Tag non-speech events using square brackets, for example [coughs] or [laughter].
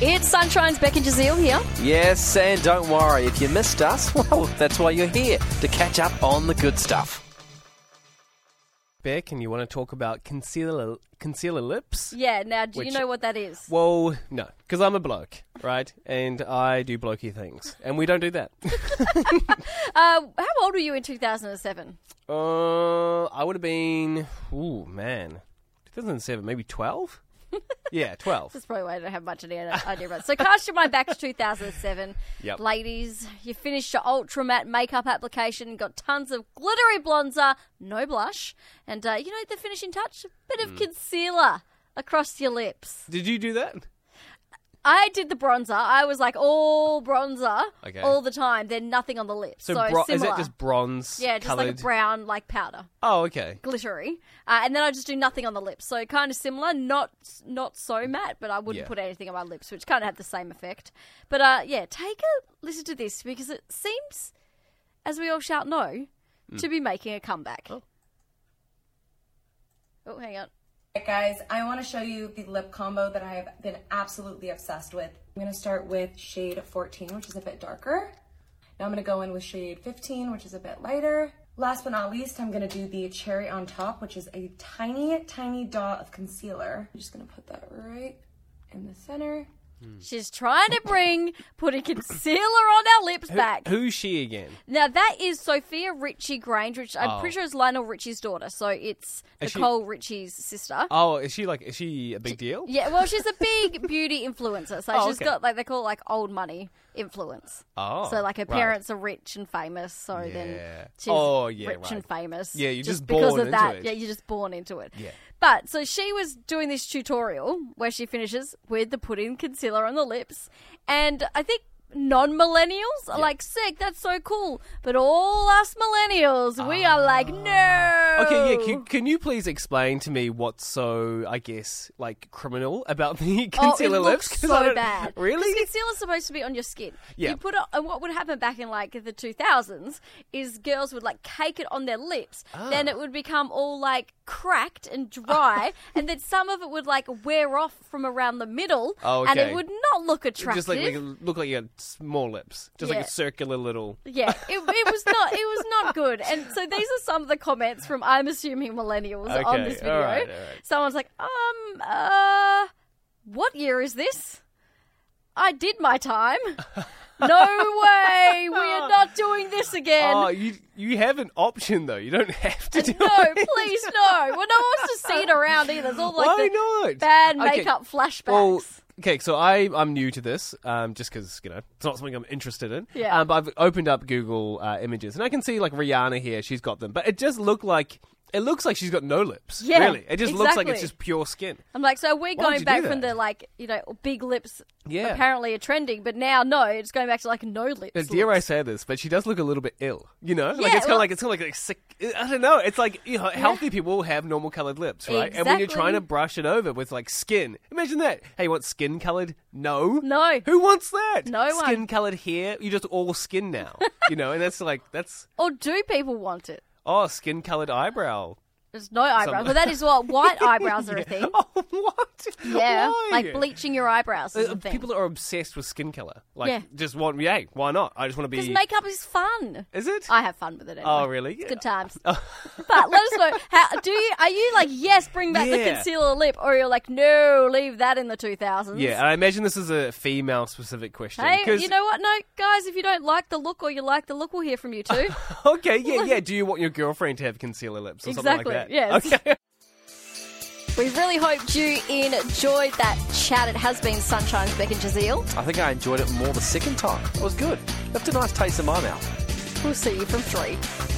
It's Sunshine's Becky Jazeel here. Yes, and don't worry, if you missed us, [laughs] well, that's why you're here, to catch up on the good stuff. Beck, and you want to talk about concealer concealer lips? Yeah, now do Which- you know what that is? Well, no, because I'm a bloke, right? And I do blokey things, and we don't do that. [laughs] Uh, how old were you in 2007? Uh, I would have been, ooh, man, 2007, maybe [laughs] 12? yeah, 12. That's probably why I don't have much idea, idea about it. So cast your mind back to 2007. Yep. Ladies, you finished your ultra matte makeup application, got tons of glittery bronzer, no blush, and uh, you know the finishing touch? A Mm. bit of concealer across your lips. Did you do that? I did the bronzer. I was like all bronzer Okay. all the time. Then nothing on the lips. So, bro- is similar. it just bronze? yeah, just colored? like a brown like powder, Oh, okay. glittery. Uh, and then I just do nothing on the lips. So kind of similar, not not so matte, but I wouldn't Yeah. put anything on my lips, which kind of had the same effect. But uh, yeah, take a listen to this because it seems, as we all shout know, Hmm. to be making a comeback. Oh, hang on. Alright, guys, I want to show you the lip combo that I have been absolutely obsessed with. I'm going to start with shade 14, which is a bit darker. Now I'm going to go in with shade 15, which is a bit lighter. Last but not least, I'm going to do the cherry on top, which is a tiny, tiny dot of concealer. I'm just going to put that right in the center. She's trying to bring [coughs] putting concealer on our lips back. Who's she again? Now that is Sophia Richie Grange, which I'm pretty sure is Lionel Richie's daughter. So it's Oh. Is she- Nicole Richie's sister. Oh, is she like, is she a big deal? yeah, well, she's a big beauty influencer. So [laughs] Oh, she's okay. got like they call it like old money influence. Oh, so like her right. parents are rich and famous. So Yeah. then she's Oh, yeah, rich and right. famous. Yeah, you're just because born of that. into it. Yeah, you're just born into it. Yeah. But so she was doing this tutorial where she finishes with the putting concealer on the lips, and I think non millennials are like, "Sick, that's so cool," but all us millennials, we are like, "No." Ah. Okay, yeah. Oh. Can, can you please explain to me what's so, I guess, like criminal about the [laughs] Oh, concealer it lips? looks 'Cause I so don't- bad. [laughs] Really? Because concealer's supposed to be on your skin. Yeah. You put it, and what would happen back in like the 2000s is girls would like cake it on their lips, Ah. then it would become all like cracked and [laughs] dry, and then some of it would like wear off from around the middle, Oh, and okay. it would not look attractive. Just like, like look like you had small lips, just Yeah. like a circular little. Yeah, it, it was not. It was not good. And so these are some of the comments from I'm assuming millennials on Okay, this video. all right, all right. Someone's like, um, uh, what year is this? I did my time. No way. We are not doing this again. oh, [laughs] you you have an option though. You don't have to do Uh, no, it. please no. Well, no one wants to see it around either. It's all like Why the not? bad Okay, makeup flashbacks. Well, okay, so I I'm new to this, um, just because you know it's not something I'm interested in. Yeah. Um, but I've opened up Google uh, Images and I can see like Rihanna here. She's got them, but it just looked like it looks like she's got no lips. Yeah, Really, it just looks like exactly. it's just pure skin. I'm like, so we're would you going do back from that? the like, you know, big lips Yeah. apparently are trending, but now no, it's going back to like no lips. Now, dare lips. I say this, but she does look a little bit ill. You know, like Yeah, it's kind of well- like it's kind of like, like sick. I don't know. It's like you know, healthy people have normal colored lips, right? And when you're Exactly. trying to brush it over with like skin, imagine that. Hey, you want skin colored? No, No. Who wants that? No one. Skin colored hair. You just all skin now. [laughs] you know, and that's like that's Or do people want it? oh, skin colored eyebrow. There's no eyebrows. Some- Well, that is what [laughs] white eyebrows are a thing. Oh, what? Yeah, Why? like bleaching your eyebrows is Uh, a thing. People are obsessed with skin color. Like, Yeah. just want, yeah, why not? I just want to Because be. makeup is fun. is it? I have fun with it. Anyway. Oh, really? Oh. It's good [laughs] times. but let us know. How, do you are you like yes, bring back the Yeah. concealer lip, or you're like no, leave that in the 2000s. Yeah, and I imagine this is a female specific question. Hey, 'cause- you know what? No, guys, if you don't like the look or you like the look, we'll hear from you [laughs] too. [laughs] Okay, yeah, yeah. Do you want your girlfriend to have concealer lips or Exactly, something like that? yes. Okay. we really hoped you enjoyed that chat. It has been Sunshine's Beck and Jazeel. I think I enjoyed it more the second time. It was good. Left a nice taste in my mouth. We'll see you from three.